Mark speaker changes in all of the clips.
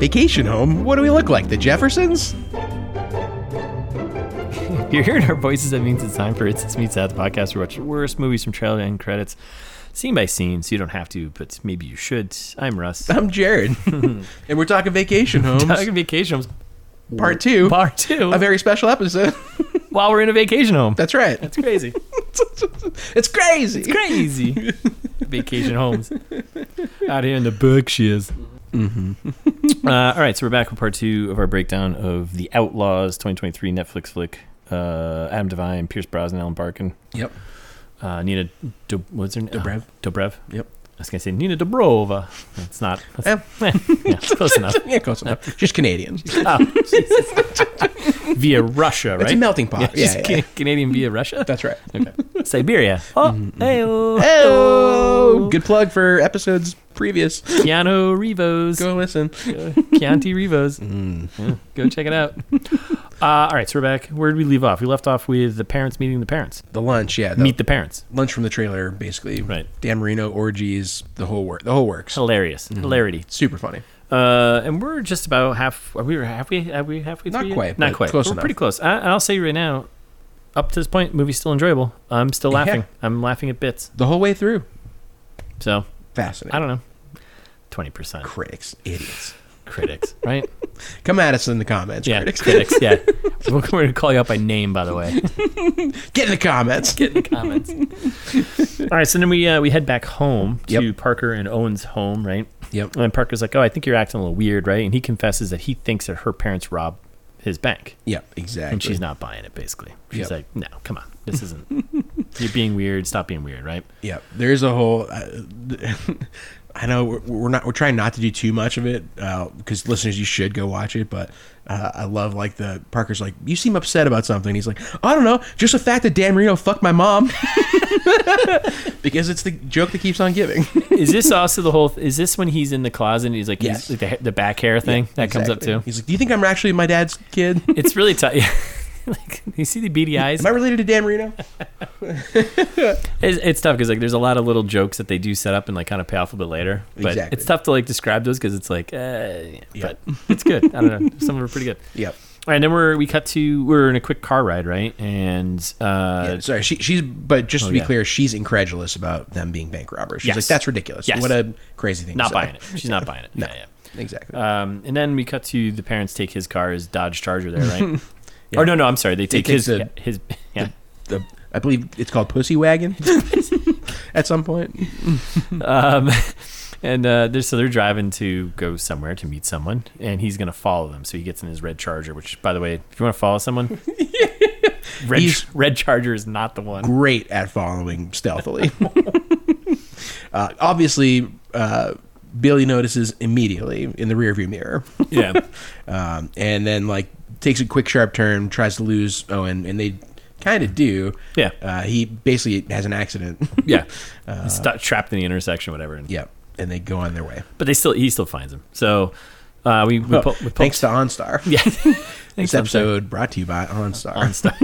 Speaker 1: Vacation home? What do we look like? The Jeffersons?
Speaker 2: If you're hearing our voices, that means it's time for It's This Meets That, the podcast where we watch the worst movies from trailer and credits, scene by scene, so you don't have to, but maybe you should. I'm Russ.
Speaker 1: I'm Jared. and we're talking vacation homes.
Speaker 2: Talking vacation homes,
Speaker 1: part two.
Speaker 2: part two,
Speaker 1: A very special episode.
Speaker 2: while we're in a vacation home.
Speaker 1: That's right.
Speaker 2: That's crazy.
Speaker 1: It's crazy. It's
Speaker 2: crazy. vacation homes. Out here in the Berkshires. uh, all right, so we're back with part two of our breakdown of The Outlaws 2023 Netflix flick. Uh, Adam Devine, Pierce Brosnan, Alan Barkin.
Speaker 1: Yep.
Speaker 2: Uh, Nina, Do- what's her name?
Speaker 1: Dobrev.
Speaker 2: Dobrev.
Speaker 1: Yep.
Speaker 2: I was gonna say Nina Dobrova. That's not. That's,
Speaker 1: Eh,
Speaker 2: yeah, it's close enough.
Speaker 1: yeah, close enough. She's Canadian.
Speaker 2: Oh, Jesus. via Russia, right?
Speaker 1: It's a melting pot.
Speaker 2: She's
Speaker 1: Yeah, yeah, Mm-hmm,
Speaker 2: Ca- Canadian via Russia.
Speaker 1: That's right.
Speaker 2: Okay. Siberia. Oh, hey-o.
Speaker 1: Oh, good plug for episodes previous.
Speaker 2: Keanu Rivos.
Speaker 1: Go Mm. listen.
Speaker 2: Chianti Rivos. Yeah, go check it out. Uh, all right, so we're back. Where did we leave off? We left off with the parents meeting the parents.
Speaker 1: The lunch, yeah. The
Speaker 2: Meet the parents.
Speaker 1: lunch from the trailer, basically.
Speaker 2: Right.
Speaker 1: Dan Marino orgies, the whole work, the whole works.
Speaker 2: Hilarious.
Speaker 1: Mm-hmm.
Speaker 2: Hilarity.
Speaker 1: Super funny.
Speaker 2: Uh, and we're just about half. Are we halfway? Are we halfway?
Speaker 1: Not
Speaker 2: through yet?
Speaker 1: quite,
Speaker 2: Not
Speaker 1: but
Speaker 2: quite.
Speaker 1: close
Speaker 2: we're
Speaker 1: enough.
Speaker 2: pretty close. I, I'll say right now, up to this point, movie's still enjoyable. I'm still
Speaker 1: Yeah.
Speaker 2: laughing. I'm laughing at bits.
Speaker 1: The whole way through.
Speaker 2: So
Speaker 1: Fascinating.
Speaker 2: I don't know. Twenty percent
Speaker 1: Critics, idiots.
Speaker 2: critics, right?
Speaker 1: Come at us in the comments,
Speaker 2: yeah,
Speaker 1: critics.
Speaker 2: critics. yeah, we're going to call you out by name, by the way.
Speaker 1: Get in the comments.
Speaker 2: Get in the comments. All right, so then we uh, we head back home to
Speaker 1: Yep.
Speaker 2: Parker and Owen's home, right?
Speaker 1: Yep.
Speaker 2: And Parker's like, "Oh, I think you're acting a little weird, right?" And he confesses that he thinks that her parents robbed his bank.
Speaker 1: Yep, exactly.
Speaker 2: and she's not buying it basically she's
Speaker 1: Yep.
Speaker 2: like no come on this isn't you're being weird stop being weird right
Speaker 1: Yeah, there's a whole. Uh, I know we're, we're not. We're trying not to do too much of it because listeners, you should go watch it. But uh, I love like the Parker's like you seem upset about something. He's like I don't know, just the fact that Dan Marino fucked my mom because it's the joke that keeps on giving.
Speaker 2: is this also the whole is this when he's in the closet and he's like
Speaker 1: Yes.
Speaker 2: he's, like the, the back hair thing that comes
Speaker 1: Exactly.
Speaker 2: up too
Speaker 1: He's like, do you think I'm actually my dad's kid? Am
Speaker 2: it's really tough like you see the beady eyes
Speaker 1: I related to Dan Marino?
Speaker 2: it's, it's tough because like there's a lot of little jokes that they do set up and like kind of pay off a bit later but
Speaker 1: Exactly.
Speaker 2: it's tough to like describe those because it's like uh, yeah,
Speaker 1: Yeah.
Speaker 2: but it's good i don't know some of them are pretty good
Speaker 1: Yep.
Speaker 2: all right then we're we cut to we're in a quick car ride right and uh
Speaker 1: Yeah, sorry, she, she's. But just to
Speaker 2: oh,
Speaker 1: be
Speaker 2: yeah.
Speaker 1: clear, she's incredulous about them being bank robbers. She's
Speaker 2: Yes.
Speaker 1: like, that's ridiculous.
Speaker 2: Yes.
Speaker 1: What a crazy thing. to
Speaker 2: not
Speaker 1: say."
Speaker 2: buying it she's not buying it yeah yeah
Speaker 1: Exactly.
Speaker 2: Um, and then we cut to the parents take his car, his Dodge Charger, there, right? Or no, no, I'm sorry, they take
Speaker 1: takes
Speaker 2: his
Speaker 1: the-
Speaker 2: his yeah.
Speaker 1: the I believe it's called Pussy Wagon at some point.
Speaker 2: um, and uh, they're, so they're driving to go somewhere to meet someone, and he's gonna follow them. So he gets in his red Charger, which, by the way, if you want to follow someone, red
Speaker 1: He's-
Speaker 2: red Charger is not the one.
Speaker 1: Great at following stealthily. uh, obviously, uh, Billy notices immediately in the rearview mirror,
Speaker 2: Yeah,
Speaker 1: um, and then like takes a quick sharp turn, tries to lose Owen, and they kind of do.
Speaker 2: Yeah.
Speaker 1: uh, he basically has an accident.
Speaker 2: yeah. he's stu- trapped in the intersection, whatever. And,
Speaker 1: yeah, and they go on their way.
Speaker 2: But they still he still finds him. So uh, we we, pull, we pull,
Speaker 1: Thanks to OnStar.
Speaker 2: yeah.
Speaker 1: this
Speaker 2: Thanks, I'm sorry.
Speaker 1: episode brought to you by OnStar.
Speaker 2: on star.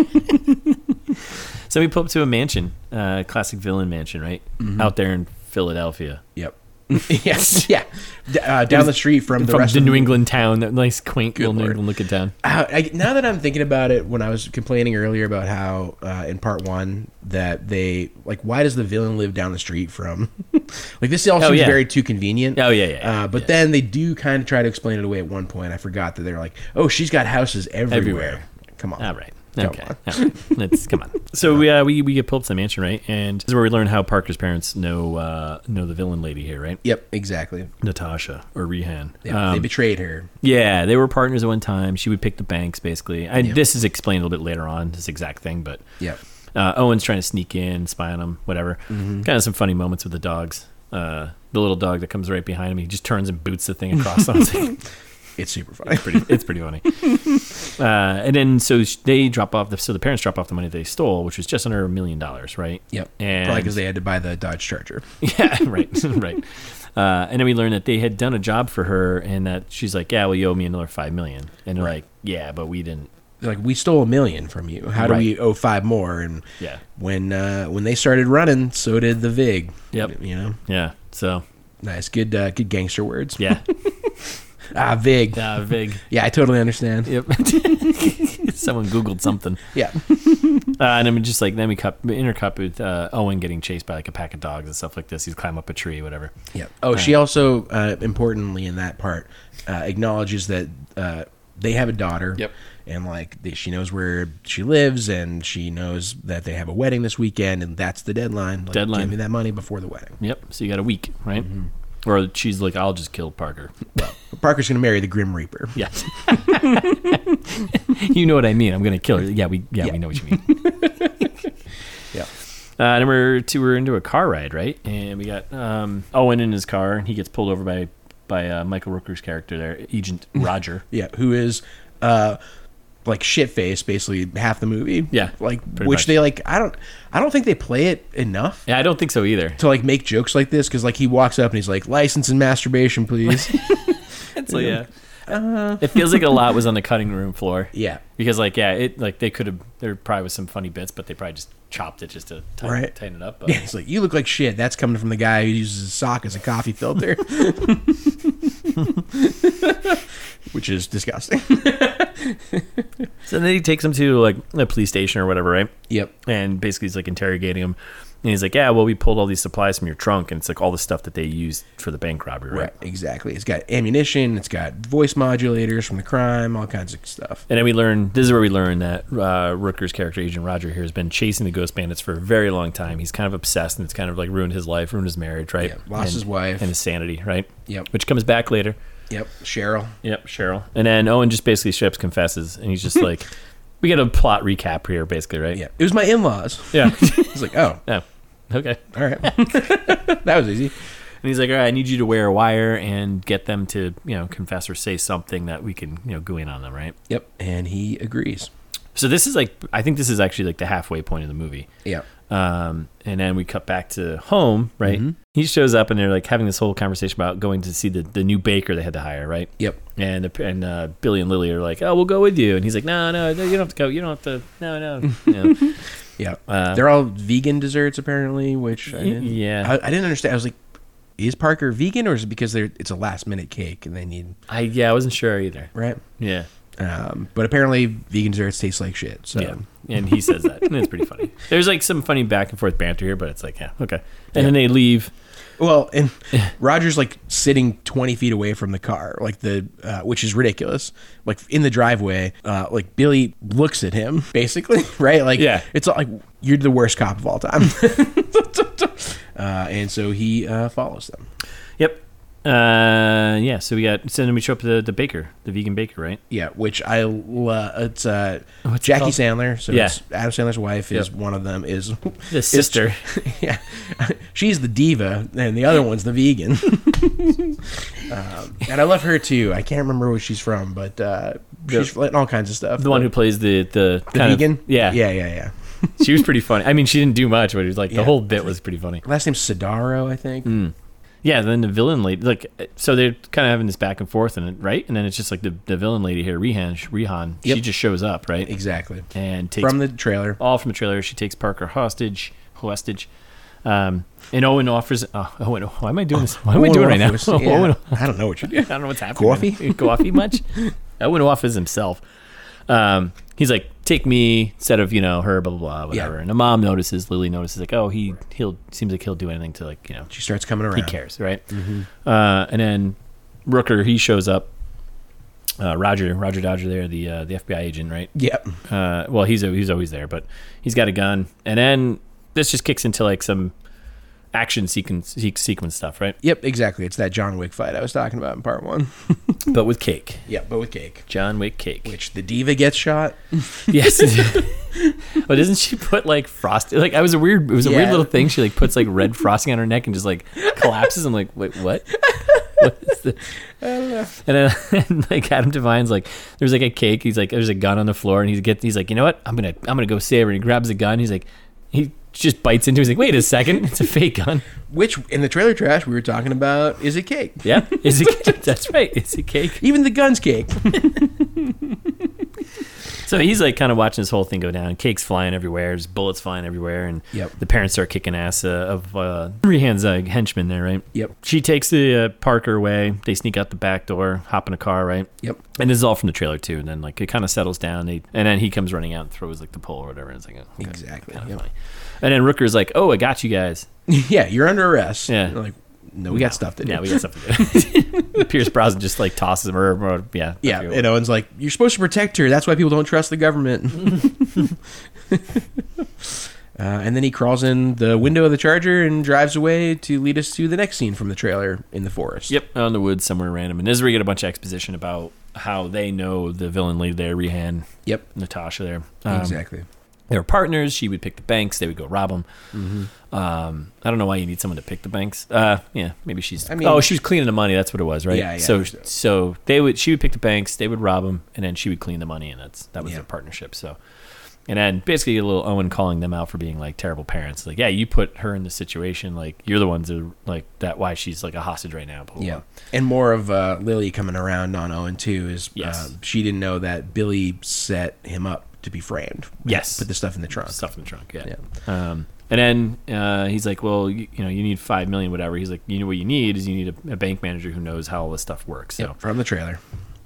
Speaker 2: so we pull up to a mansion, uh, classic villain mansion, right?
Speaker 1: Mm-hmm.
Speaker 2: Out there in Philadelphia.
Speaker 1: Yep. yes. Yeah. D- uh, down the street from the
Speaker 2: From
Speaker 1: rest
Speaker 2: the
Speaker 1: of
Speaker 2: New England town, that nice quaint little New
Speaker 1: lord.
Speaker 2: England looking town.
Speaker 1: How, I, now that I'm thinking about it, when I was complaining earlier about how uh, in part one that they like, why does the villain live down the street from? like this all
Speaker 2: Oh,
Speaker 1: seems
Speaker 2: yeah.
Speaker 1: very too convenient.
Speaker 2: Oh, yeah, yeah, yeah,
Speaker 1: uh, but
Speaker 2: yeah.
Speaker 1: then they do kind of try to explain it away at one point. I forgot that they're like, oh, she's got houses everywhere.
Speaker 2: Everywhere.
Speaker 1: Come on.
Speaker 2: All right.
Speaker 1: Oh, Come
Speaker 2: Okay.
Speaker 1: on.
Speaker 2: All right. Let's come on. So we, uh, we we get pulled up to the mansion, right? And this is where we learn how Parker's parents know uh, know the villain lady here, right?
Speaker 1: Yep. Exactly.
Speaker 2: Natasha or Rehan.
Speaker 1: Yeah, they
Speaker 2: Um,
Speaker 1: betrayed her.
Speaker 2: Yeah, they were partners at one time. She would pick the banks, basically. And this is explained a little bit later on, this exact thing. But
Speaker 1: Yep.
Speaker 2: uh, Owen's trying to sneak in, spy on him, whatever.
Speaker 1: Mm-hmm.
Speaker 2: Kind of some funny moments with the dogs. Uh, the little dog that comes right behind him, he just turns and boots the thing across. him. It's, like,
Speaker 1: It's super funny.
Speaker 2: pretty, it's pretty funny. Uh, and then so sh- they drop off the so the parents drop off the money they stole, which was just under a million dollars, right?
Speaker 1: Yep.
Speaker 2: And
Speaker 1: Probably because they had to buy the Dodge Charger.
Speaker 2: yeah, right, right. Uh, and then we learned that they had done a job for her, and that she's like, "Yeah, well, you owe me another five million. And they're
Speaker 1: Right.
Speaker 2: like, "Yeah, but we didn't
Speaker 1: like we stole a million from you. How do we owe five more? And
Speaker 2: Yeah.
Speaker 1: when uh, when they started running, so did the vig.
Speaker 2: Yep.
Speaker 1: You know,
Speaker 2: Yeah. So
Speaker 1: nice, good, uh, good gangster words.
Speaker 2: yeah.
Speaker 1: Ah, vig.
Speaker 2: Uh, Vig.
Speaker 1: Yeah, I totally understand.
Speaker 2: Yep. Someone Googled something.
Speaker 1: Yeah.
Speaker 2: Uh, and I'm just like, then we cut, intercut with uh, Owen getting chased by like a pack of dogs and stuff like this. He's climb up a tree, whatever.
Speaker 1: Yeah. Oh, she also uh, importantly in that part uh, acknowledges that uh, they have a daughter.
Speaker 2: Yep.
Speaker 1: And like they, she knows where she lives, and she knows that they have a wedding this weekend, and that's the deadline. Like,
Speaker 2: Deadline.
Speaker 1: Give me that money before the wedding.
Speaker 2: Yep. So you got a week, right?
Speaker 1: Mm-hmm.
Speaker 2: Or she's like, I'll just kill Parker.
Speaker 1: Parker's gonna marry the Grim Reaper.
Speaker 2: Yeah. you know what I mean. I'm going to kill her. Yeah, we, yeah,
Speaker 1: Yeah.
Speaker 2: we know what you mean.
Speaker 1: Yeah.
Speaker 2: Uh, number two, we're into a car ride, right? And we got um, Owen in his car, and he gets pulled over by by uh, Michael Rooker's character there, Agent Roger.
Speaker 1: Yeah. Who is, uh, like shit face basically half the movie.
Speaker 2: Yeah,
Speaker 1: Like
Speaker 2: pretty
Speaker 1: which
Speaker 2: much.
Speaker 1: they like. I don't. I don't think they play it enough.
Speaker 2: yeah, I don't think so either.
Speaker 1: To like make jokes like this because like he walks up and he's like license and masturbation please
Speaker 2: So yeah,
Speaker 1: uh,
Speaker 2: it feels like a lot was on the cutting room floor.
Speaker 1: yeah
Speaker 2: Because like yeah, it like they could have there probably was some funny bits, but they probably just chopped it just to tighten,
Speaker 1: Right.
Speaker 2: tighten it up. But
Speaker 1: Yeah, he's like, you look like shit. That's coming from the guy who uses his sock as a coffee filter, which is disgusting.
Speaker 2: so then he takes him to like a police station or whatever, right?
Speaker 1: Yep.
Speaker 2: and basically he's like interrogating him and he's like yeah well we pulled all these supplies from your trunk and it's like all the stuff that they used for the bank robbery right,
Speaker 1: Right. Exactly. It's got ammunition. It's got voice modulators from the crime. All kinds of stuff.
Speaker 2: and then we learn this is where we learn that uh, rooker's character agent roger here has been chasing the ghost bandits for a very long time he's kind of obsessed and it's kind of like ruined his life ruined his marriage right
Speaker 1: Yeah, lost
Speaker 2: And-
Speaker 1: his wife.
Speaker 2: and his sanity right
Speaker 1: Yep.
Speaker 2: which comes back later
Speaker 1: Yep. Cheryl.
Speaker 2: Yep, Cheryl. And then Owen just basically strips confesses, and he's just like, "We got a plot recap here, basically, right?"
Speaker 1: Yeah. It was my in-laws.
Speaker 2: yeah,
Speaker 1: He's like, oh,
Speaker 2: yeah. Okay.
Speaker 1: all right. that was easy.
Speaker 2: And he's like, "All right, I need you to wear a wire and get them to, you know, confess or say something that we can, you know, go in on them, right?"
Speaker 1: Yep. And he agrees.
Speaker 2: So this is like, I think this is actually like the halfway point of the movie.
Speaker 1: Yeah.
Speaker 2: Um, and then we cut back to home, right? He shows up and they're like having this whole conversation about going to see the, the new baker they had to hire, right?
Speaker 1: Yep.
Speaker 2: And and uh, Billy and Lily are like, "Oh, we'll go with you," and he's like, "No, no, no, you don't have to go. You don't have to. No, no." You know.
Speaker 1: Yeah.
Speaker 2: Uh,
Speaker 1: They're all vegan desserts apparently, which I didn't.
Speaker 2: yeah.
Speaker 1: I, I didn't understand. I was like, is Parker vegan or is it because they're it's a last minute cake and they need
Speaker 2: I yeah, I wasn't sure either.
Speaker 1: right?
Speaker 2: Yeah.
Speaker 1: Um, but apparently, vegan desserts taste like shit. So
Speaker 2: Yeah. And he says that. and it's pretty funny. There's like some funny back and forth banter here, but it's like, yeah, okay. And then they leave.
Speaker 1: well, and Roger's like sitting twenty feet away from the car, like the uh, which is ridiculous. Like in the driveway, uh, like Billy looks at him basically, right? Like
Speaker 2: Yeah.
Speaker 1: it's all, like you're the worst cop of all time. uh, and so he uh, follows them.
Speaker 2: Yep. Uh yeah, so we got so then we show up at the, the baker, the vegan baker, right?
Speaker 1: Yeah, which I love. It's uh,
Speaker 2: What's it
Speaker 1: Jackie
Speaker 2: Oh, called?
Speaker 1: Sandler. So
Speaker 2: Yeah.
Speaker 1: it's Adam Sandler's wife is
Speaker 2: Yep.
Speaker 1: one of them. Is
Speaker 2: The sister.
Speaker 1: yeah, she's the diva, and the other one's the vegan. um, and I love her too. I can't remember where she's from, but uh, she's in all kinds of stuff.
Speaker 2: The one who plays the the,
Speaker 1: the
Speaker 2: kind of-
Speaker 1: vegan.
Speaker 2: yeah,
Speaker 1: yeah, yeah, yeah.
Speaker 2: She was pretty funny. I mean, she didn't do much, but it was like the
Speaker 1: Yeah.
Speaker 2: whole bit was pretty funny.
Speaker 1: Last name's Sidaro, I think.
Speaker 2: Hmm. Yeah. Then the villain lady, like, so they're kind of having this back and forth, and right, and then it's just like the, the villain lady here, Rehan, Rehan. She
Speaker 1: Yep.
Speaker 2: just shows up, right,
Speaker 1: Exactly.
Speaker 2: and takes Oh,
Speaker 1: From the trailer.
Speaker 2: all from the trailer. She takes Parker hostage, hostage. Um, and Owen offers. Uh, Owen, why am I doing this? Why am I doing it right now?
Speaker 1: Owen Roth was- yeah.
Speaker 2: Owen,
Speaker 1: I don't know what you
Speaker 2: I
Speaker 1: do.
Speaker 2: don't know what's happening. Uh,
Speaker 1: Coffee?
Speaker 2: coffee much? Owen offers himself. Um, he's like, take me instead of you know her, blah blah blah, whatever.
Speaker 1: Yeah.
Speaker 2: And the mom notices. Lily notices, like, oh, he he'll seems like he'll do anything to like you know
Speaker 1: She starts coming around.
Speaker 2: he cares, right? Uh, and then Rooker he shows up. Uh, Roger, Roger Dodger, there, the uh, the FBI agent, right?
Speaker 1: Yep.
Speaker 2: uh, well, he's he's always there, but he's got a gun, and then this just kicks into like some action sequence se- sequence stuff, right?
Speaker 1: Yep. Exactly. It's that John Wick fight I was talking about in part one.
Speaker 2: But with cake,
Speaker 1: yeah, but with cake.
Speaker 2: John Wick cake.
Speaker 1: Which the diva gets shot.
Speaker 2: Yes, but doesn't she put like frost? Like I was a weird, it was a weird
Speaker 1: Yeah.
Speaker 2: little thing. She like puts like red frosting on her neck and just like collapses. I'm like, wait, what? what is this? And then and, like Adam Devine's like, there's like a cake. He's like, there's a gun on the floor, and he's get, he's like, you know what? I'm gonna, I'm gonna go save her. And he grabs the gun. He's like, he just bites into. it. He's like, wait a second, it's a fake gun.
Speaker 1: Which in the trailer trash we were talking about is a cake.
Speaker 2: Yeah, is it? That's right. It's a cake.
Speaker 1: Even the gun's cake.
Speaker 2: So he's like kind of watching this whole thing go down. Cakes flying everywhere, there's bullets flying everywhere, and
Speaker 1: Yep.
Speaker 2: the parents start kicking ass uh, of uh, Rehan's uh, henchman there, right?
Speaker 1: Yep.
Speaker 2: She takes the uh, Parker away. They sneak out the back door, hop in a car, right?
Speaker 1: Yep.
Speaker 2: And this is all from the trailer too. And then like it kind of settles down. They, and then he comes running out and throws like the pole or whatever. And it's like oh, okay.
Speaker 1: Exactly.
Speaker 2: Kind of
Speaker 1: Yep.
Speaker 2: funny. And then Rooker's like, "Oh, I got you guys.
Speaker 1: yeah, you're under arrest.
Speaker 2: Yeah.
Speaker 1: And they're like, no, we got stuff to do.
Speaker 2: Yeah, we got something." to do." Pierce Brosnan just like tosses him, or, or yeah, I
Speaker 1: Yeah,
Speaker 2: forget
Speaker 1: and Owen's like, "You're supposed to protect her. That's why people don't trust the government." uh, and then he crawls in the window of the charger and drives away to lead us to the next scene from the trailer in the forest.
Speaker 2: Yep, out in the woods somewhere random. And this is where you get a bunch of exposition about how they know the villain lady there, Rehan,
Speaker 1: Yep.
Speaker 2: Natasha there. Um,
Speaker 1: exactly.
Speaker 2: They were partners. She would pick the banks. They would go rob them.
Speaker 1: Mm-hmm.
Speaker 2: Um, I don't know why you need someone to pick the banks. Uh, yeah, maybe she's.
Speaker 1: I mean-
Speaker 2: oh, she was cleaning the money. That's what it was, right?
Speaker 1: Yeah, yeah,
Speaker 2: So,
Speaker 1: so-
Speaker 2: so they would. She would pick the banks. They would rob them, and then she would clean the money, and that's that was
Speaker 1: Yeah.
Speaker 2: their partnership. So, and then basically you get a little Owen calling them out for being like terrible parents. Like, yeah, you put her in this situation. Like, you're the ones that are, like that. Why she's like a hostage right now. blah, blah,
Speaker 1: Yeah,
Speaker 2: blah.
Speaker 1: and more of uh, Lily coming around on Owen too is
Speaker 2: Yes.
Speaker 1: um, she didn't know that Billy set him up to be framed.
Speaker 2: Yes.
Speaker 1: put the stuff in the trunk.
Speaker 2: stuff in the trunk. Yeah. Um, and then uh, he's like, "Well, you, you know, you need five million, whatever." He's like, "You know what you need is you need a, a bank manager who knows how all this stuff works." So
Speaker 1: Yep, from the trailer.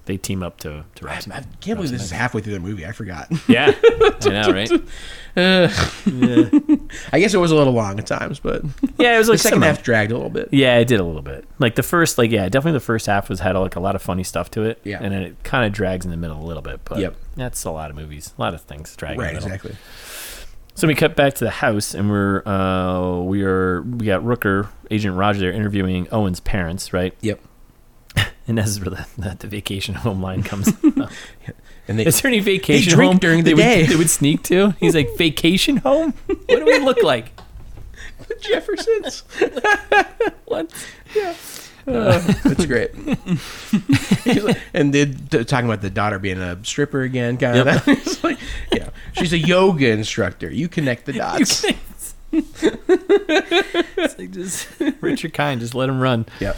Speaker 2: they team up to to
Speaker 1: I,
Speaker 2: rob. some-
Speaker 1: I can't believe this is halfway through the movie. I forgot.
Speaker 2: yeah, I know, right?
Speaker 1: I guess it was a little long at times, but
Speaker 2: Yeah, it was
Speaker 1: the
Speaker 2: like
Speaker 1: second
Speaker 2: some-
Speaker 1: half dragged a little bit.
Speaker 2: Yeah, it did a little bit. Like the first, like yeah, definitely the first half was had like a lot of funny stuff to it.
Speaker 1: Yeah.
Speaker 2: and then it kind of drags in the middle a little bit. But
Speaker 1: Yep.
Speaker 2: that's a lot of movies, a lot of things dragging.
Speaker 1: Right,
Speaker 2: in the middle.
Speaker 1: exactly.
Speaker 2: So we cut back to the house, and we're uh, we are we got Rooker, Agent Roger, there interviewing Owen's parents, right?
Speaker 1: Yep.
Speaker 2: And that's where the, the, the vacation home line comes. up.
Speaker 1: And they,
Speaker 2: Is there any vacation
Speaker 1: drink
Speaker 2: home
Speaker 1: during
Speaker 2: they
Speaker 1: the
Speaker 2: would,
Speaker 1: day.
Speaker 2: They would sneak to. He's like, vacation home. What do we look like?
Speaker 1: Jefferson's.
Speaker 2: What? Uh,
Speaker 1: That's great. and they're t- talking about the daughter being a stripper again, kind of. it's like, yeah, she's a yoga instructor. You connect the dots.
Speaker 2: It's like just Richard Kind, just let him run.
Speaker 1: Yep.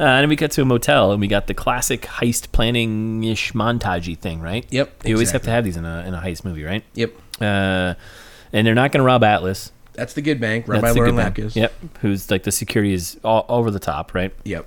Speaker 2: Uh, and then we cut to a motel, and we got the classic heist planning ish montagey thing, right?
Speaker 1: Yep,
Speaker 2: You always have
Speaker 1: exactly.
Speaker 2: to have these in a in a heist movie, right?
Speaker 1: Yep.
Speaker 2: Uh, and they're not going to rob Atlas.
Speaker 1: That's the good bank run by
Speaker 2: the
Speaker 1: Lauren
Speaker 2: good man.
Speaker 1: Lapkus.
Speaker 2: Yep. Who's like the security is all over the top, right?
Speaker 1: Yep.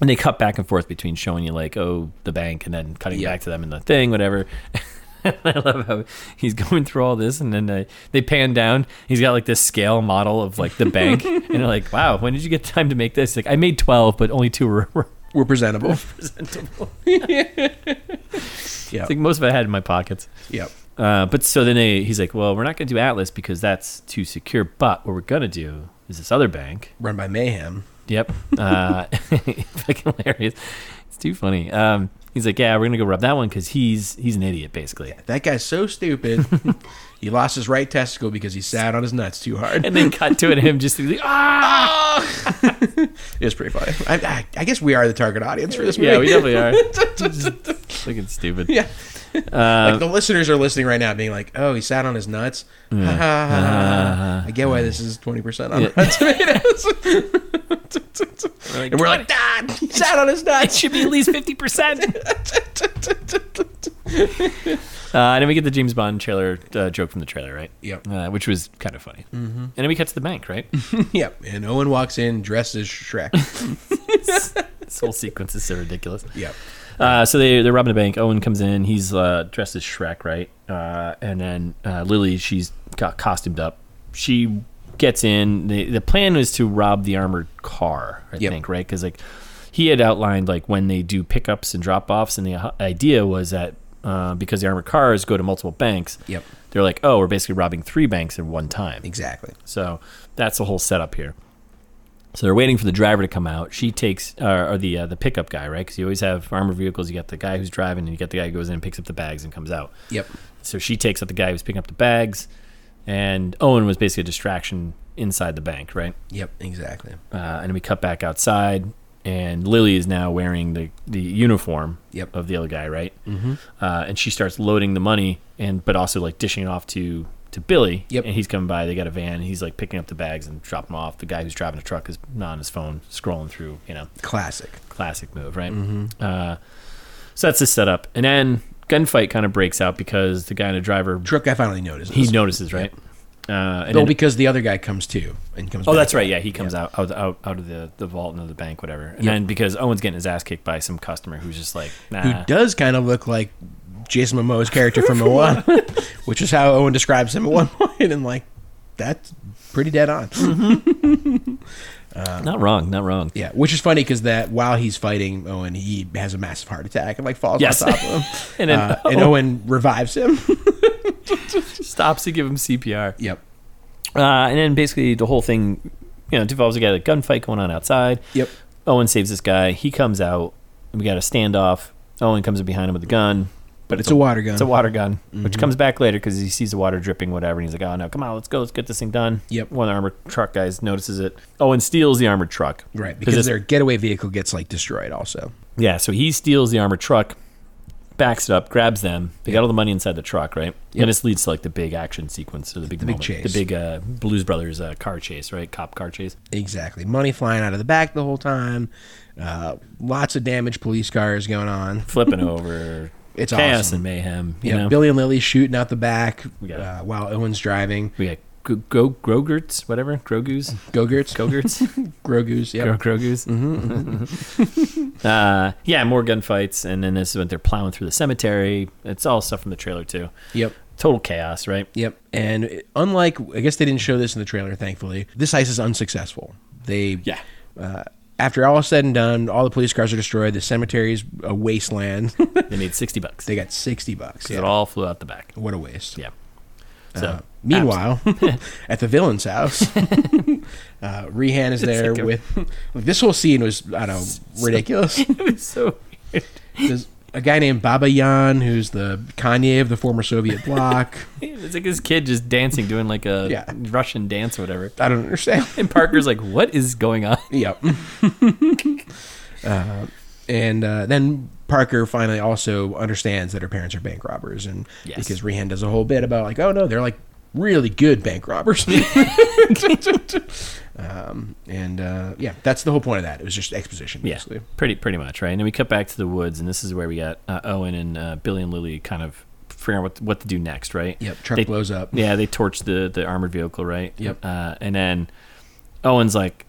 Speaker 2: and they cut back and forth between showing you like oh the bank and then cutting
Speaker 1: Yeah.
Speaker 2: back to them in the thing whatever i love how he's going through all this and then they, they pan down he's got like this scale model of like the bank and they're like wow when did you get time to make this like i made 12 but only two were, were
Speaker 1: We're presentable.
Speaker 2: presentable
Speaker 1: Yep.
Speaker 2: it's like most of it i had in my pockets
Speaker 1: Yep.
Speaker 2: uh, but so then they, he's like well we're not going to do atlas because that's too secure but what we're going to do is this other bank
Speaker 1: Run by Mayhem.
Speaker 2: Yep. Uh, fucking hilarious. It's too funny. Um, he's like, yeah, we're gonna go rub that one because he's he's an idiot basically.
Speaker 1: That guy's so stupid. he lost his right testicle because he sat on his nuts too hard.
Speaker 2: And then cut to it, him just like, ah.
Speaker 1: It was pretty funny. I, I, I guess we are the target audience for this movie.
Speaker 2: Yeah, we definitely are. Fucking stupid.
Speaker 1: Yeah.
Speaker 2: Uh,
Speaker 1: Like the listeners are listening right now, being like, "Oh, he sat on his nuts." Ha, ha, ha, ha, ha. I get why this is twenty percent on
Speaker 2: Uh-huh. Yeah.
Speaker 1: Rotten Tomatoes, and we're like, "Ah, he sat on his
Speaker 2: it
Speaker 1: nuts."
Speaker 2: should be at least fifty percent. uh, and then we get the James Bond trailer uh, joke from the trailer, right?
Speaker 1: Yep.
Speaker 2: Uh, which was kind of funny. Mm-hmm. And then we cut to the bank, right?
Speaker 1: yep. And Owen walks in dressed as Shrek.
Speaker 2: this whole sequence is so ridiculous.
Speaker 1: yep.
Speaker 2: Uh, so they they're robbing a bank. Owen comes in. He's uh, dressed as Shrek, right? Uh, and then uh, Lily, she's got costumed up. She gets in. The, the plan was to rob the armored car, I
Speaker 1: Yep.
Speaker 2: think, right? Because like he had outlined like when they do pickups and drop offs, and the i- idea was that uh, because the armored cars go to multiple banks,
Speaker 1: Yep.
Speaker 2: they're like, oh, we're basically robbing three banks at one time.
Speaker 1: Exactly.
Speaker 2: So that's the whole setup here. So they're waiting for the driver to come out. She takes, uh, or the uh, the pickup guy, right? Because you always have armored vehicles. You got the guy who's driving, and you got the guy who goes in and picks up the bags and comes out.
Speaker 1: Yep.
Speaker 2: So she takes up the guy who's picking up the bags, and Owen was basically a distraction inside the bank, right?
Speaker 1: Yep. Exactly.
Speaker 2: Uh, and then we cut back outside, and Lily is now wearing the the uniform
Speaker 1: Yep.
Speaker 2: of the other guy, right? Mm-hmm. Uh, and she starts loading the money, and but also like dishing it off to to Billy.
Speaker 1: Yep.
Speaker 2: And he's coming by. They got a van. He's like picking up the bags and dropping them off. The guy who's driving the truck is not on his phone, scrolling through. You know,
Speaker 1: Classic. Mm-hmm.
Speaker 2: classic move, right? Uh, so that's the setup, and then gunfight kind of breaks out because the guy in the driver
Speaker 1: Truck guy finally notices.
Speaker 2: he notices, right? Uh, and
Speaker 1: Well,
Speaker 2: then-
Speaker 1: because the other guy comes too and comes.
Speaker 2: oh,
Speaker 1: back.
Speaker 2: that's right. Yeah, he comes out, out out out of the the vault into the bank, whatever. And then because Owen's getting his ass kicked by some customer who's just like, nah.
Speaker 1: Who does kind of look like Jason Momoa's character from Moana, which is how Owen describes him at one point, and like that's pretty dead on.
Speaker 2: Mm-hmm. not wrong, not wrong.
Speaker 1: Yeah, which is funny because that while he's fighting Owen, he has a massive heart attack and like falls
Speaker 2: Yes.
Speaker 1: on top of him,
Speaker 2: And then
Speaker 1: Uh, and Owen revives him.
Speaker 2: stops to give him CPR.
Speaker 1: yep.
Speaker 2: Uh, and then basically the whole thing, you know, devolves. We got a gunfight going on outside.
Speaker 1: Yep.
Speaker 2: Owen saves this guy. He comes out. We got a standoff. Owen comes in behind him with a gun, but
Speaker 1: It's a water gun. Mm-hmm.
Speaker 2: It's a water gun, which comes back later because he sees the water dripping, whatever, and he's like, "Oh no, come on, let's go, let's get this thing done."
Speaker 1: Yep.
Speaker 2: One of the armored truck guys notices it. Owen steals the armored truck.
Speaker 1: right
Speaker 2: because
Speaker 1: because
Speaker 2: it's-
Speaker 1: their getaway vehicle gets like destroyed. Also,
Speaker 2: Yeah, so he steals the armored truck, backs it up, grabs them. They got all the money inside the truck, right?
Speaker 1: Yep.
Speaker 2: And this leads to like the big action sequence, or the big
Speaker 1: The big
Speaker 2: moment,
Speaker 1: chase.
Speaker 2: the big uh, Blues Brothers uh, car chase, right? Cop car chase.
Speaker 1: exactly money flying out of the back the whole time. Uh, lots of damaged police cars going on.
Speaker 2: flipping over.
Speaker 1: It's
Speaker 2: chaos
Speaker 1: awesome.
Speaker 2: and mayhem. You
Speaker 1: Yeah,
Speaker 2: know,
Speaker 1: Billy and Lily shooting out the back
Speaker 2: Yeah.
Speaker 1: uh, while Owen's driving.
Speaker 2: we got Gro- Gro- Grogurts, whatever Grogu's,
Speaker 1: Gogurts,
Speaker 2: Gogurts,
Speaker 1: Grogu's, yeah,
Speaker 2: Gro- Grogu's.
Speaker 1: Mm-hmm,
Speaker 2: uh, yeah, more gunfights, and then this is when they're plowing through the cemetery. It's all stuff from the trailer too.
Speaker 1: yep,
Speaker 2: Total chaos, right?
Speaker 1: yep. And it- unlike, I guess they didn't show this in the trailer. Thankfully, this heist is unsuccessful. They,
Speaker 2: Yeah.
Speaker 1: Uh, after all is said and done, all the police cars are destroyed. The cemetery's a wasteland.
Speaker 2: They made sixty bucks.
Speaker 1: they got sixty bucks.
Speaker 2: It
Speaker 1: Yeah.
Speaker 2: all flew out the back.
Speaker 1: What a waste.
Speaker 2: Yeah. So
Speaker 1: Uh, meanwhile, at the villain's house, uh, Rehan is there
Speaker 2: like a-
Speaker 1: with. Like, this whole scene was, I don't know, ridiculous.
Speaker 2: it was so weird.
Speaker 1: There's a guy named Baba Yan, who's the Kanye of the former Soviet bloc.
Speaker 2: It's like this kid just dancing, doing like a
Speaker 1: Yeah.
Speaker 2: Russian dance or whatever.
Speaker 1: I don't understand.
Speaker 2: And Parker's like, "What is going on?"
Speaker 1: Yep. uh, and uh, then Parker finally also understands that her parents are bank robbers, and
Speaker 2: Yes.
Speaker 1: because Rehan does a whole bit about like, oh no, they're like really good bank robbers. um, and uh, yeah, that's the whole point of that. It was just exposition,
Speaker 2: Yeah,
Speaker 1: basically.
Speaker 2: pretty pretty much, right? And then we cut back to the woods, and this is where we got uh, Owen and uh, Billy and Lily kind of figuring out what what to do next, right?
Speaker 1: Yep. Truck
Speaker 2: They-
Speaker 1: blows up.
Speaker 2: Yeah, they torch the the armored vehicle, right?
Speaker 1: Yep.
Speaker 2: Uh, and then Owen's like,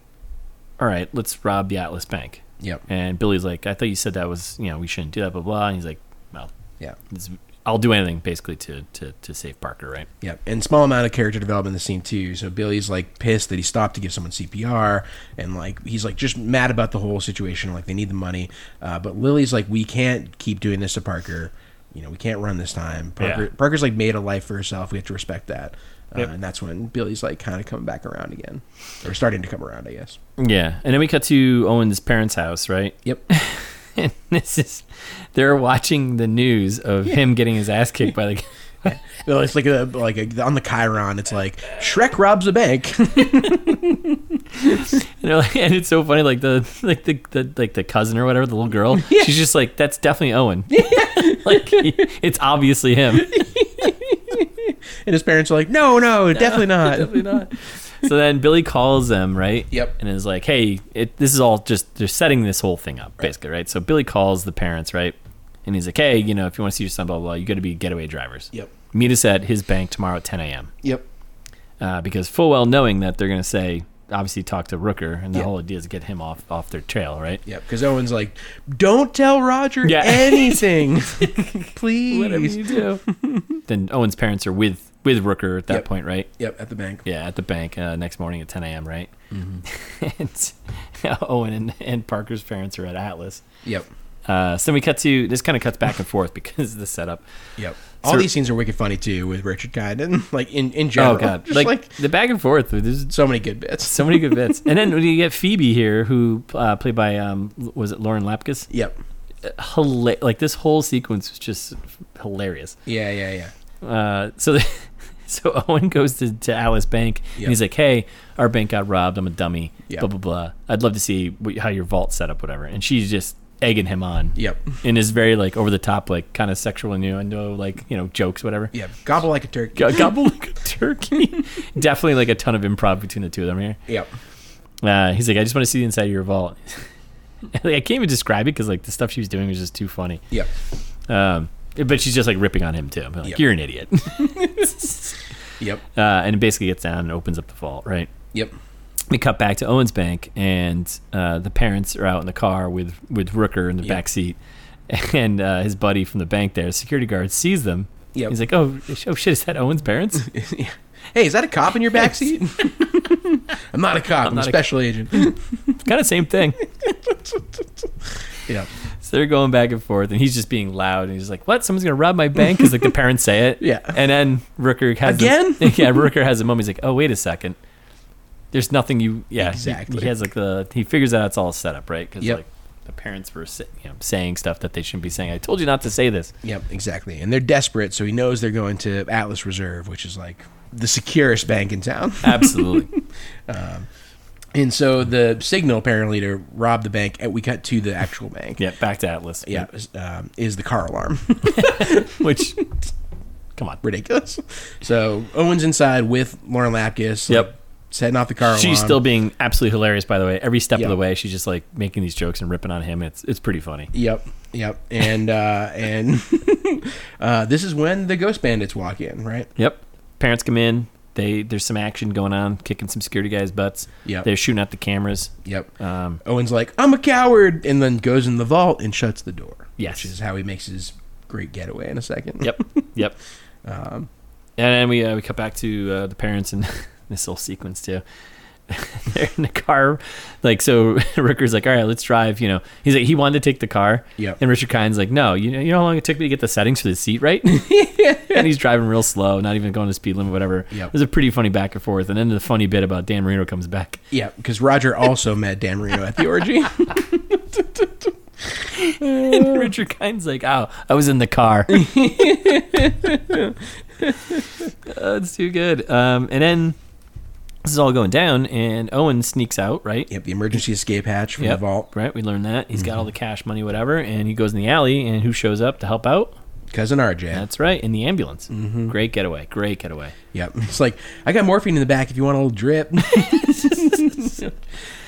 Speaker 2: "All right, let's rob the Atlas Bank."
Speaker 1: Yep.
Speaker 2: And Billy's like, "I thought you said that was you know we shouldn't do that, blah blah." And he's like, "Well,
Speaker 1: Yeah.
Speaker 2: it's, I'll do anything basically to to to save Parker, right?"
Speaker 1: Yep. And small amount of character development in the scene too. So Billy's like pissed that he stopped to give someone CPR and like he's like just mad about the whole situation, like they need the money. Uh, but Lily's like, We can't keep doing this to Parker. You know, we can't run this time. Parker
Speaker 2: Yeah.
Speaker 1: Parker's like made a life for herself. We have to respect that. Uh,
Speaker 2: Yep.
Speaker 1: and that's when Billy's like kind of coming back around again. Or starting to come around, I guess.
Speaker 2: Yeah, and then we cut to Owen's parents' house, right?
Speaker 1: Yep.
Speaker 2: and this is they're watching the news of him getting his ass kicked by the guy.
Speaker 1: Well, it's like a like a, on the Chiron, it's like Shrek robs a bank.
Speaker 2: You know, and it's so funny, like the like the, the like the cousin or whatever, the little girl. She's just like, that's definitely Owen. like he- it's obviously him.
Speaker 1: and his parents are like, No, no, definitely not.
Speaker 2: definitely not. So then Billy calls them, right?
Speaker 1: Yep.
Speaker 2: And is like, hey, it, this is all just they're setting this whole thing up, basically, right? So Billy calls the parents, right? And he's like, hey, you know, if you want to see your son, blah blah, blah you got to be getaway drivers.
Speaker 1: Yep.
Speaker 2: Meet us at his bank tomorrow at 10 a.m.
Speaker 1: Yep.
Speaker 2: uh, because full well knowing that they're going to say obviously talk to Rooker, and the
Speaker 1: Yeah.
Speaker 2: whole idea is to get him off off their trail, right?
Speaker 1: Yeah, because Owen's like, "Don't tell Roger
Speaker 2: Yeah.
Speaker 1: anything, please."
Speaker 2: do. then Owen's parents are with with Rooker at that
Speaker 1: Yep.
Speaker 2: point, right?
Speaker 1: Yep, at the bank.
Speaker 2: Yeah, at the bank uh, next morning at 10 a.m. Right?
Speaker 1: Mm-hmm.
Speaker 2: and Owen and, and Parker's parents are at Atlas.
Speaker 1: Yep,
Speaker 2: Uh, so then we cut to this kind of cuts back and forth because of the setup.
Speaker 1: yep. All
Speaker 2: So-
Speaker 1: these scenes are wicked funny too with Richard Guyton. Like in in general,
Speaker 2: oh god,
Speaker 1: just
Speaker 2: like,
Speaker 1: like,
Speaker 2: the back and forth. There's
Speaker 1: so many good bits.
Speaker 2: so many good bits. and then you get Phoebe here, who uh, played by um, was it Lauren Lapkus?
Speaker 1: Yep.
Speaker 2: hila- like this whole sequence was just hilarious.
Speaker 1: Yeah, yeah, yeah.
Speaker 2: Uh, so, the, so Owen goes to, to Alice Bank
Speaker 1: Yeah.
Speaker 2: and he's like, "Hey, our bank got robbed. I'm a dummy.
Speaker 1: Yeah.
Speaker 2: Blah blah blah. I'd love to see wh- how your vault's set up, whatever." And she's just egging him on.
Speaker 1: Yep.
Speaker 2: In this very like over the top, like kind of sexual innuendo, like you know jokes, whatever.
Speaker 1: Yep. Gobble like a turkey.
Speaker 2: G- gobble like a turkey. Definitely like a ton of improv between the two of them here.
Speaker 1: Yep.
Speaker 2: Uh, he's like, "I just want to see the inside of your vault." like I can't even describe it because like the stuff she was doing was just too funny.
Speaker 1: Yep.
Speaker 2: Um, But she's just like ripping on him too. I'm like,
Speaker 1: Yep.
Speaker 2: you're an idiot. uh,
Speaker 1: Yep.
Speaker 2: and it basically gets down and opens up the vault, right?
Speaker 1: Yep.
Speaker 2: We cut back to Owens Bank, and uh, the parents are out in the car with with Rooker in the backseat,
Speaker 1: Yep.
Speaker 2: back seat, and uh, his buddy from the bank there, security guard, sees them.
Speaker 1: Yep.
Speaker 2: He's like, "Oh, sh- oh shit! Is that Owen's parents?
Speaker 1: hey, is that a cop in your backseat? I'm not a cop. I'm,
Speaker 2: not
Speaker 1: a
Speaker 2: a-
Speaker 1: special agent.
Speaker 2: kind of same thing."
Speaker 1: yeah.
Speaker 2: So they're going back and forth, and he's just being loud, and he's like, "What? Someone's gonna rob my bank?" Because like the parents say it.
Speaker 1: Yeah.
Speaker 2: And then Rooker has the-
Speaker 1: Again?
Speaker 2: yeah, Rooker has a moment. He's like, "Oh, wait a second. There's nothing you. Yeah, he-
Speaker 1: Exactly.
Speaker 2: He, has like the he figures out it's all set up, right? Because
Speaker 1: Yep.
Speaker 2: like the parents were sa- you know, saying stuff that they shouldn't be saying. I told you not to say this.
Speaker 1: Yep, exactly. And they're desperate, so he knows they're going to Atlas Reserve, which is like the securest bank in town.
Speaker 2: Absolutely.
Speaker 1: Um, And so the signal apparently to rob the bank, and we cut to the actual bank.
Speaker 2: yeah. Back to Atlas.
Speaker 1: Yeah, is- um, is the car alarm
Speaker 2: Which, come on.
Speaker 1: ridiculous? So Owen's inside with Lauren Lapkus. like,
Speaker 2: Yep.
Speaker 1: setting off the car.
Speaker 2: She's
Speaker 1: alarm.
Speaker 2: still being absolutely hilarious, by the way. Every step
Speaker 1: Yeah.
Speaker 2: of the way, she's just like making these jokes and ripping on him. It's it's pretty funny.
Speaker 1: Yep, yep. And uh, and uh, this is when the Ghost Bandits walk in, right?
Speaker 2: Yep. Parents come in. They there's some action going on, kicking some security guys' butts.
Speaker 1: Yep.
Speaker 2: They're shooting at the cameras.
Speaker 1: Yep.
Speaker 2: Um,
Speaker 1: Owen's like, I'm a coward, and then goes in the vault and shuts the door.
Speaker 2: Yes.
Speaker 1: Which is how he makes his great getaway in a second.
Speaker 2: yep. Yep. Um, and then we uh, we cut back to uh, the parents and this whole sequence too. They're in the car, like so. Ricker's like, "All right, let's drive." You know, he's like, he wanted to take the car.
Speaker 1: Yep.
Speaker 2: And Richard Kine's like, "No, you know, you know how long it took me to get the settings for the seat right?" and he's driving real slow, not even going to speed limit, whatever.
Speaker 1: Yep.
Speaker 2: It was a pretty funny back and forth, and then the funny bit about Dan Marino comes back.
Speaker 1: Yeah, because Roger also met Dan Marino at the orgy.
Speaker 2: And Richard Kind's like, oh, I was in the car. Uh, That's too good. Um, and then this is all going down, and Owen sneaks out, right?
Speaker 1: yep, the emergency escape hatch from
Speaker 2: Yep.
Speaker 1: the vault.
Speaker 2: Right, we learned that. He's got all the cash, money, whatever, and he goes in the alley, and who shows up to help out?
Speaker 1: Cousin RJ.
Speaker 2: That's right, in the ambulance. Great getaway. Great getaway.
Speaker 1: yep. It's like, I got morphine in the back if you want a little drip.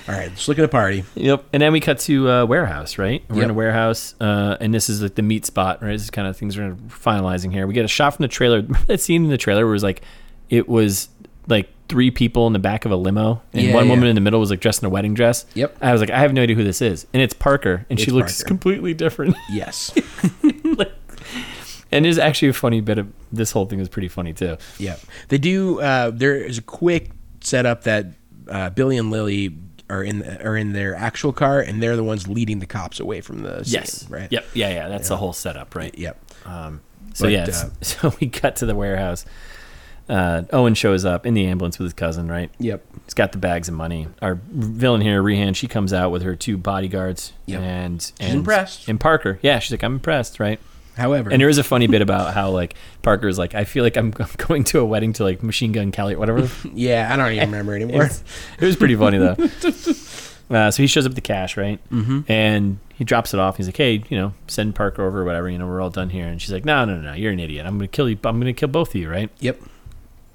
Speaker 1: All right, let's look at a party.
Speaker 2: Yep. And then we cut to uh, warehouse, right? We're in a
Speaker 1: Yep.
Speaker 2: warehouse, uh, and this is like the meat spot, right? This is kind of things we're finalizing here. We get a shot from the trailer. Remember that scene in the trailer where it was like, it was like three people in the back of a limo, and
Speaker 1: Yeah,
Speaker 2: one
Speaker 1: yeah.
Speaker 2: woman in the middle was like dressed in a wedding dress.
Speaker 1: Yep.
Speaker 2: I was like, I have no idea who this is, and it's Parker, and she
Speaker 1: It's
Speaker 2: looks
Speaker 1: Parker.
Speaker 2: completely different.
Speaker 1: Yes.
Speaker 2: and there's actually a funny bit of this whole thing was pretty funny too.
Speaker 1: Yeah, they do. Uh, there is a quick setup that uh, Billy and Lily are in are in their actual car, and they're the ones leading the cops away from the scene.
Speaker 2: Yes.
Speaker 1: Right.
Speaker 2: Yep. Yeah. Yeah. That's the whole setup, right?
Speaker 1: Yep.
Speaker 2: So
Speaker 1: But,
Speaker 2: yeah, it's-
Speaker 1: uh,
Speaker 2: so we cut to the warehouse. Uh, Owen shows up in the ambulance with his cousin, right?
Speaker 1: Yep.
Speaker 2: He's got the bags of money. Our villain here, Rehan, she comes out with her two bodyguards
Speaker 1: Yep.
Speaker 2: and she's
Speaker 1: impressed.
Speaker 2: And Parker, yeah, she's like, I'm impressed, right?
Speaker 1: However,
Speaker 2: And there is a funny bit about how like Parker's like, I feel like I'm I'm going to a wedding to like Machine Gun Kelly or whatever.
Speaker 1: yeah, I don't even remember
Speaker 2: It
Speaker 1: anymore.
Speaker 2: was, it was pretty funny though. Uh, so he shows up with the cash, right? Mm-hmm. And he drops it off. He's like, "Hey, you know, send Parker over, or whatever. You know, we're all done here." And she's like, "No, no, no, no. You're an idiot. I'm gonna kill you. I'm gonna kill both of you, right?"
Speaker 1: Yep.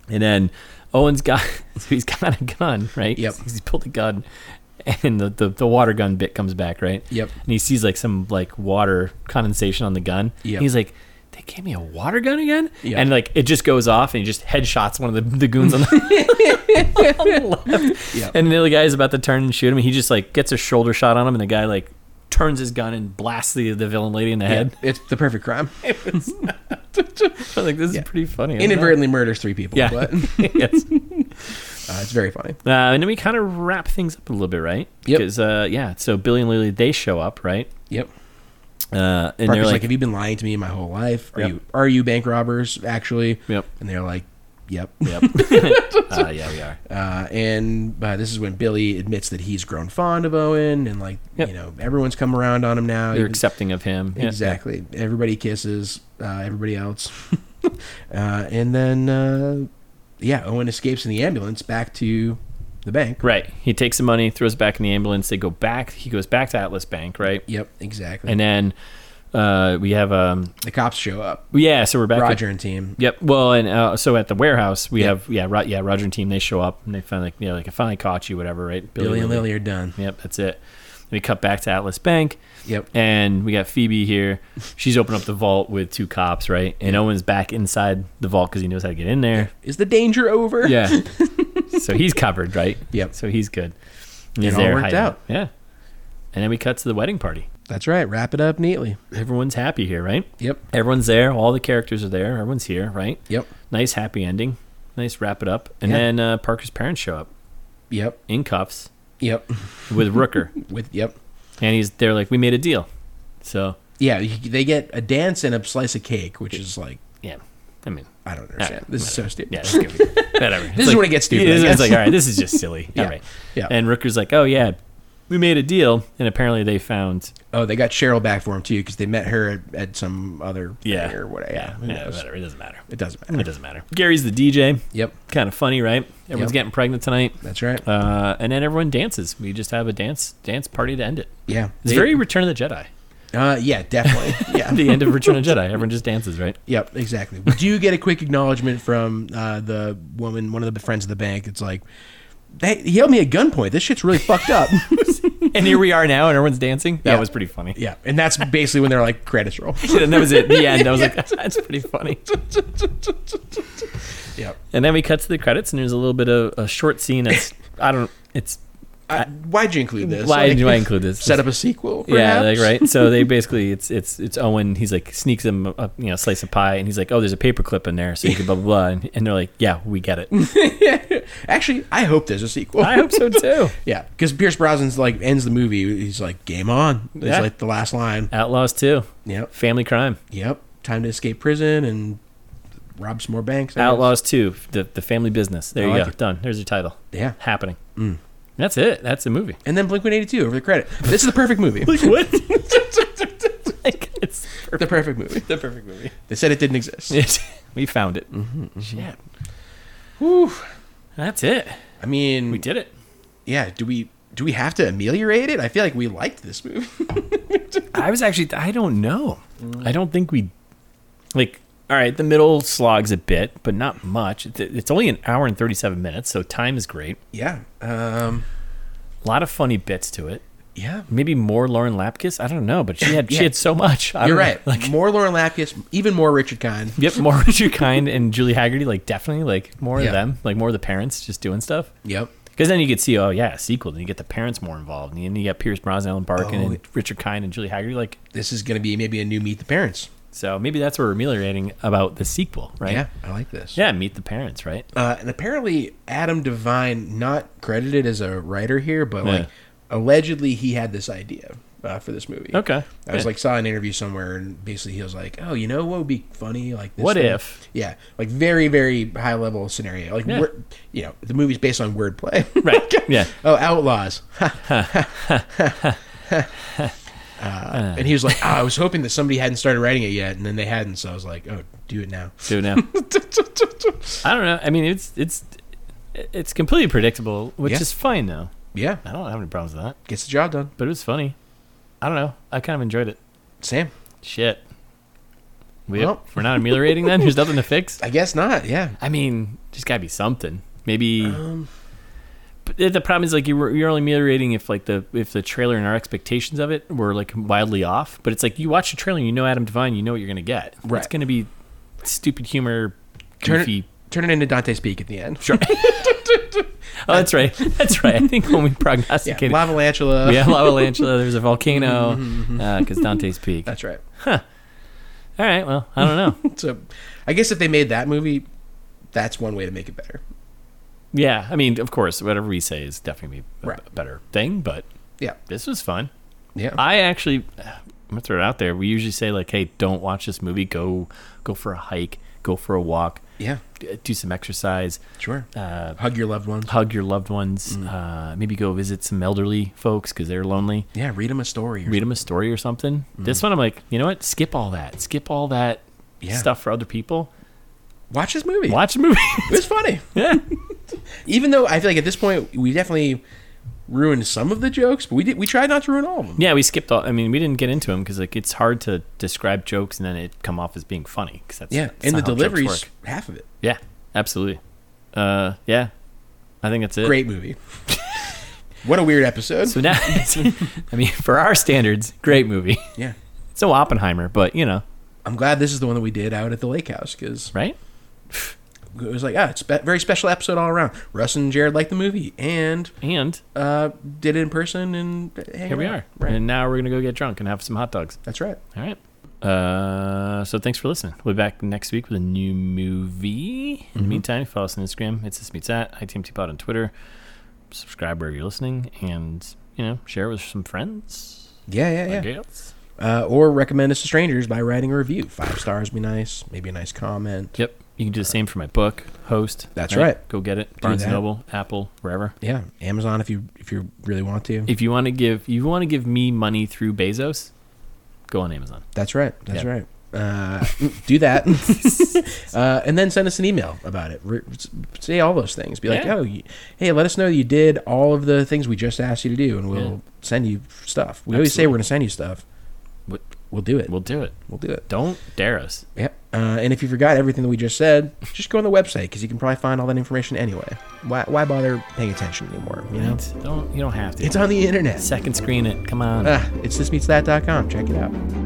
Speaker 2: And then Owen's got so he's got a gun, right?
Speaker 1: Yep.
Speaker 2: He's pulled a gun, and the, the the water gun bit comes back, right?
Speaker 1: Yep.
Speaker 2: And he sees like some like water condensation on the gun.
Speaker 1: Yep.
Speaker 2: He's like. They gave me a water gun again,
Speaker 1: Yep.
Speaker 2: and like it just goes off, and he just headshots one of the, the goons on the,
Speaker 1: Yep.
Speaker 2: and the other guy's about to turn and shoot him. And he just like gets a shoulder shot on him, and the guy like turns his gun and blasts the, the villain lady in the
Speaker 1: Yeah,
Speaker 2: head.
Speaker 1: it's the perfect crime.
Speaker 2: I was like, this
Speaker 1: Yeah.
Speaker 2: is pretty funny. I don't know.
Speaker 1: Inadvertently murders three people.
Speaker 2: Yeah.
Speaker 1: But uh,
Speaker 2: yes.
Speaker 1: it's very funny.
Speaker 2: Uh, and then we kind of wrap things up a little bit, right?
Speaker 1: Yep.
Speaker 2: Because uh, yeah, so Billy and Lily they show up, right?
Speaker 1: Yep.
Speaker 2: Uh,
Speaker 1: Parker's
Speaker 2: and they're
Speaker 1: like,
Speaker 2: like,
Speaker 1: "Have you been lying to me my whole life? Are
Speaker 2: Yep.
Speaker 1: you are you bank robbers actually?"
Speaker 2: Yep.
Speaker 1: And they're like, "Yep."
Speaker 2: "Yep, uh, yeah, we are."
Speaker 1: Uh, and uh, this is when Billy admits that he's grown fond of Owen, and like
Speaker 2: Yep.
Speaker 1: you know, everyone's come around on him now.
Speaker 2: They're
Speaker 1: Even-
Speaker 2: accepting of him. Yeah.
Speaker 1: exactly. Everybody kisses uh, everybody else, uh, and then uh, yeah, Owen escapes in the ambulance back to the bank.
Speaker 2: Right. He takes the money, throws it back in the ambulance. They go back. He goes back to Atlas Bank, right?
Speaker 1: Yep, exactly.
Speaker 2: And then uh, we have um,
Speaker 1: the cops show up.
Speaker 2: yeah. So we're back. at-
Speaker 1: Roger and team.
Speaker 2: Yep. Well, and uh, so at the warehouse we
Speaker 1: Yeah.
Speaker 2: have yeah, Ro- yeah, Roger and team they show up and they finally like, you know, like I finally caught you, whatever, right?
Speaker 1: Billy and Lily are done.
Speaker 2: Yep, that's it. we cut back to Atlas Bank,
Speaker 1: Yep.
Speaker 2: and we got Phoebe here. She's opened up the vault with two cops, right? And Owen's back inside the vault because he knows how to get in there.
Speaker 1: Is the danger over?
Speaker 2: Yeah. so he's covered, right?
Speaker 1: Yep.
Speaker 2: So he's good.
Speaker 1: It all worked
Speaker 2: hiding.
Speaker 1: out.
Speaker 2: Yeah. And then we cut to the wedding party.
Speaker 1: That's right. Wrap it up neatly.
Speaker 2: Everyone's happy here, right?
Speaker 1: Yep.
Speaker 2: Everyone's there. All the characters are there. Everyone's here, right?
Speaker 1: Yep.
Speaker 2: Nice happy ending. Nice wrap it up. And
Speaker 1: Yeah.
Speaker 2: then uh, Parker's parents show up
Speaker 1: Yep.
Speaker 2: in cuffs
Speaker 1: Yep.
Speaker 2: with Rooker,
Speaker 1: With yep.
Speaker 2: and he's they're like, "We made a deal." So
Speaker 1: Yeah, you- they get a dance and a slice of cake, which is like
Speaker 2: yeah, I mean,
Speaker 1: I don't understand. This is so stupid.
Speaker 2: yeah, it's gonna be- whatever. It's
Speaker 1: is when it gets stupid,
Speaker 2: It's,
Speaker 1: I
Speaker 2: it's
Speaker 1: guess.
Speaker 2: like, all right, this is just silly.
Speaker 1: Yeah.
Speaker 2: All right.
Speaker 1: Yeah.
Speaker 2: And Rooker's like, "Oh yeah, we made a deal," and apparently they found
Speaker 1: Oh, they got Cheryl back for him too because they met her at, at some other
Speaker 2: yeah
Speaker 1: thing or what? Yeah, who
Speaker 2: yeah
Speaker 1: knows?
Speaker 2: whatever. It doesn't matter.
Speaker 1: It doesn't matter.
Speaker 2: It doesn't matter. Gary's the DJ.
Speaker 1: Yep,
Speaker 2: Kind of funny, right? Everyone's
Speaker 1: Yep.
Speaker 2: getting pregnant tonight.
Speaker 1: that's right.
Speaker 2: Uh, and then everyone dances. We just have a dance dance party to end it.
Speaker 1: yeah,
Speaker 2: It's
Speaker 1: They-
Speaker 2: very Return of the Jedi.
Speaker 1: Uh, yeah, definitely. Yeah.
Speaker 2: The end of Return of the Jedi. Everyone just dances, right?
Speaker 1: Yep, exactly. We do get a quick acknowledgement from uh, the woman, one of the friends of the bank. It's like, hey, he held me at gunpoint. This shit's really fucked up.
Speaker 2: And here we are now, and everyone's dancing. That
Speaker 1: Yeah.
Speaker 2: was pretty funny.
Speaker 1: yeah, and that's basically when they're like credits roll.
Speaker 2: and that was it. The end. I was like, that's pretty funny.
Speaker 1: Yep.
Speaker 2: And then we cut to the credits, and there's a little bit of a short scene. That's I don't. It's
Speaker 1: I, why'd you include this?
Speaker 2: why
Speaker 1: Like,
Speaker 2: do I include this?
Speaker 1: set up a sequel?
Speaker 2: Yeah, like
Speaker 1: perhaps?
Speaker 2: right. So they basically it's it's it's Owen. He's like sneaks him a you know slice of pie, and he's like, oh, there's a paperclip in there, so you can blah blah blah. And, and they're like, yeah, we get it.
Speaker 1: Actually, I hope there's a sequel.
Speaker 2: I hope so too.
Speaker 1: Yeah, because Pierce Brosnan's like ends the movie. He's like, "Game on!" It's
Speaker 2: Yeah.
Speaker 1: like the last line.
Speaker 2: Outlaws too.
Speaker 1: Yep,
Speaker 2: Family crime.
Speaker 1: yep. Time to escape prison and rob some more banks. I guess.
Speaker 2: Outlaws too. The the family business. There
Speaker 1: I
Speaker 2: you
Speaker 1: like
Speaker 2: go.
Speaker 1: it.
Speaker 2: Done. There's your title.
Speaker 1: Yeah,
Speaker 2: Happening. That's it. That's the movie.
Speaker 1: and then Blink One Eighty Two over the credit. This is the perfect movie.
Speaker 2: what? like, it's
Speaker 1: the perfect movie.
Speaker 2: the perfect movie.
Speaker 1: They said it didn't exist.
Speaker 2: we found it. Shit.
Speaker 1: Whew.
Speaker 2: That's it.
Speaker 1: I mean,
Speaker 2: We did it.
Speaker 1: yeah. Do we do we have to ameliorate it? I feel like we liked this movie.
Speaker 2: I was actually I don't know. I don't think we like all right, the middle slogs a bit, but not much. It- It's only an hour and 37 minutes, so time is great.
Speaker 1: yeah. Um.
Speaker 2: A lot of funny bits to it.
Speaker 1: Yeah.
Speaker 2: Maybe more Lauren Lapkus, I don't know, but she had she
Speaker 1: Yeah.
Speaker 2: had so much. I
Speaker 1: You're
Speaker 2: don't know,
Speaker 1: right.
Speaker 2: Like
Speaker 1: more Lauren Lapkus, even more Richard Kind.
Speaker 2: Yep, more Richard Kind and Julie Haggerty, like definitely like more
Speaker 1: Yeah.
Speaker 2: of them, like more of the parents just doing stuff.
Speaker 1: Yep.
Speaker 2: Because then you could see, oh yeah, a sequel. Then you get the parents more involved, and then you got Pierce Brosnan, Alan Barkin,
Speaker 1: Oh,
Speaker 2: and Richard Kind and Julie Haggerty. Like,
Speaker 1: This is going to be maybe a new Meet the Parents.
Speaker 2: so maybe that's what we're ameliorating about the sequel, right?
Speaker 1: Yeah, I like this.
Speaker 2: yeah, meet the parents, right?
Speaker 1: Uh, and apparently, Adam Devine not credited as a writer here, but
Speaker 2: Yeah.
Speaker 1: like allegedly he had this idea uh, for this movie.
Speaker 2: Okay.
Speaker 1: I was
Speaker 2: Yeah.
Speaker 1: like saw an interview somewhere, and basically he was like, "Oh, you know what would be funny? Like, this
Speaker 2: What
Speaker 1: thing."
Speaker 2: if?
Speaker 1: Yeah, like very very high level scenario. Like,
Speaker 2: Yeah.
Speaker 1: word, you know, the movie's based on wordplay.
Speaker 2: right, yeah,
Speaker 1: oh, outlaws. uh, and he was like, oh, I was hoping that somebody hadn't started writing it yet, and then they hadn't, so I was like, oh, do it now.
Speaker 2: do it now. I don't know. I mean, it's it's it's completely predictable, which
Speaker 1: Yeah.
Speaker 2: is fine though.
Speaker 1: yeah,
Speaker 2: I don't have any problems with that,
Speaker 1: gets the job done.
Speaker 2: but it was funny. I don't know. I kind of enjoyed it.
Speaker 1: Sam,
Speaker 2: Shit. We,
Speaker 1: Well.
Speaker 2: We're not ameliorating then. There's nothing to fix.
Speaker 1: I guess not. Yeah,
Speaker 2: I mean, there's got to be something. Maybe.
Speaker 1: Um,
Speaker 2: but the- the problem is like you were, you're only ameliorating if like the if the trailer and our expectations of it were like wildly off. But it's like you watch the trailer, and you know Adam Devine, you know what you're gonna get. It's
Speaker 1: Right.
Speaker 2: gonna be stupid humor,
Speaker 1: Turn it-
Speaker 2: goofy.
Speaker 1: turn it into Dante's Peak at the end. Sure.
Speaker 2: oh, that's right. That's right. I think when we
Speaker 1: Yeah, Mm-hmm,
Speaker 2: prognosticated, yeah,
Speaker 1: Lava Lantula.
Speaker 2: yeah, lava lantula. There's a volcano because Dante's Peak.
Speaker 1: That's right.
Speaker 2: All right. Well, I don't know.
Speaker 1: So, I guess if they made that movie, that's one way to make it better.
Speaker 2: Yeah, I mean, of course, whatever we say is definitely a
Speaker 1: Right.
Speaker 2: a better thing. But
Speaker 1: Yeah.
Speaker 2: this was fun.
Speaker 1: Yeah.
Speaker 2: I actually, I'm gonna throw it out there. We usually say like, "Hey, don't watch this movie. Go, go for a hike. Go for a walk.
Speaker 1: yeah.
Speaker 2: d- Do some exercise.
Speaker 1: Sure.
Speaker 2: Uh,
Speaker 1: Hug your loved ones.
Speaker 2: hug your loved ones.
Speaker 1: Mm.
Speaker 2: Uh, maybe go visit some elderly folks because they're lonely.
Speaker 1: Yeah. Read them a story. Or
Speaker 2: Read them a story or something."
Speaker 1: Mm.
Speaker 2: This one, I'm like, you know what? Skip all that. Skip all that
Speaker 1: Yeah.
Speaker 2: stuff for other people.
Speaker 1: Watch this movie.
Speaker 2: Watch the movie.
Speaker 1: It was funny.
Speaker 2: yeah.
Speaker 1: Even though I feel like at this point we definitely ruined some of the jokes, but we did. We tried not to ruin all of them.
Speaker 2: Yeah, we skipped all. I mean, we didn't get into them because like it's hard to describe jokes and then it come off as being funny because that's
Speaker 1: Yeah.
Speaker 2: that's
Speaker 1: And the
Speaker 2: not how jokes
Speaker 1: deliveries,
Speaker 2: work.
Speaker 1: half of it.
Speaker 2: Yeah, absolutely. Uh, yeah, I think that's it.
Speaker 1: Great movie. What a weird episode.
Speaker 2: So now, I mean, for our standards, great movie.
Speaker 1: yeah.
Speaker 2: It's no Oppenheimer, but you know,
Speaker 1: I'm glad this is the one that we did out at the lake house because
Speaker 2: right?
Speaker 1: it was like, ah, it's a very special episode all around. Russ and Jared liked the movie and
Speaker 2: And
Speaker 1: uh, did it in person, and hang
Speaker 2: here we
Speaker 1: out.
Speaker 2: are.
Speaker 1: Right.
Speaker 2: And now we're gonna go get drunk and have some hot dogs.
Speaker 1: That's right.
Speaker 2: All right. Uh, so thanks for listening. We'll be back next week with a new movie. In
Speaker 1: Mm-hmm.
Speaker 2: the meantime, follow us on Instagram. It's this meets that. ITMT Pod on Twitter. Subscribe wherever you're listening, and you know, share with some friends.
Speaker 1: Yeah, yeah, yeah.
Speaker 2: I guess.
Speaker 1: Uh, or recommend us to strangers by writing a review. Five stars be nice. Maybe a nice comment.
Speaker 2: Yep. You can do the same for my book, Host.
Speaker 1: That's right.
Speaker 2: Go get it. Barnes and
Speaker 1: that.
Speaker 2: Noble, Apple, wherever.
Speaker 1: Yeah, Amazon if you if you really want to.
Speaker 2: If you want to give, you want to give me money through Bezos, go on Amazon.
Speaker 1: That's right. That's
Speaker 2: Yeah.
Speaker 1: right. Uh, do that, uh, and then send us an email about it. Re- s- say all those things. Be like,
Speaker 2: Yeah.
Speaker 1: oh, you, hey, let us know you did all of the things we just asked you to do, and we'll
Speaker 2: Yeah.
Speaker 1: send you stuff. We always say
Speaker 2: Absolutely.
Speaker 1: we're going to send you stuff.
Speaker 2: What-
Speaker 1: We'll do it. We'll,
Speaker 2: We'll do it.
Speaker 1: do it.
Speaker 2: Don't dare us.
Speaker 1: Yep. Uh, and if you forgot everything that we just said, just go on the website because you can probably find all that information anyway. Why, why bother paying attention anymore? You know,
Speaker 2: Don't. You don't have to.
Speaker 1: it's on the internet.
Speaker 2: Second screen it. Come on.
Speaker 1: Ah, it's thismeetsthat.com. Check it out.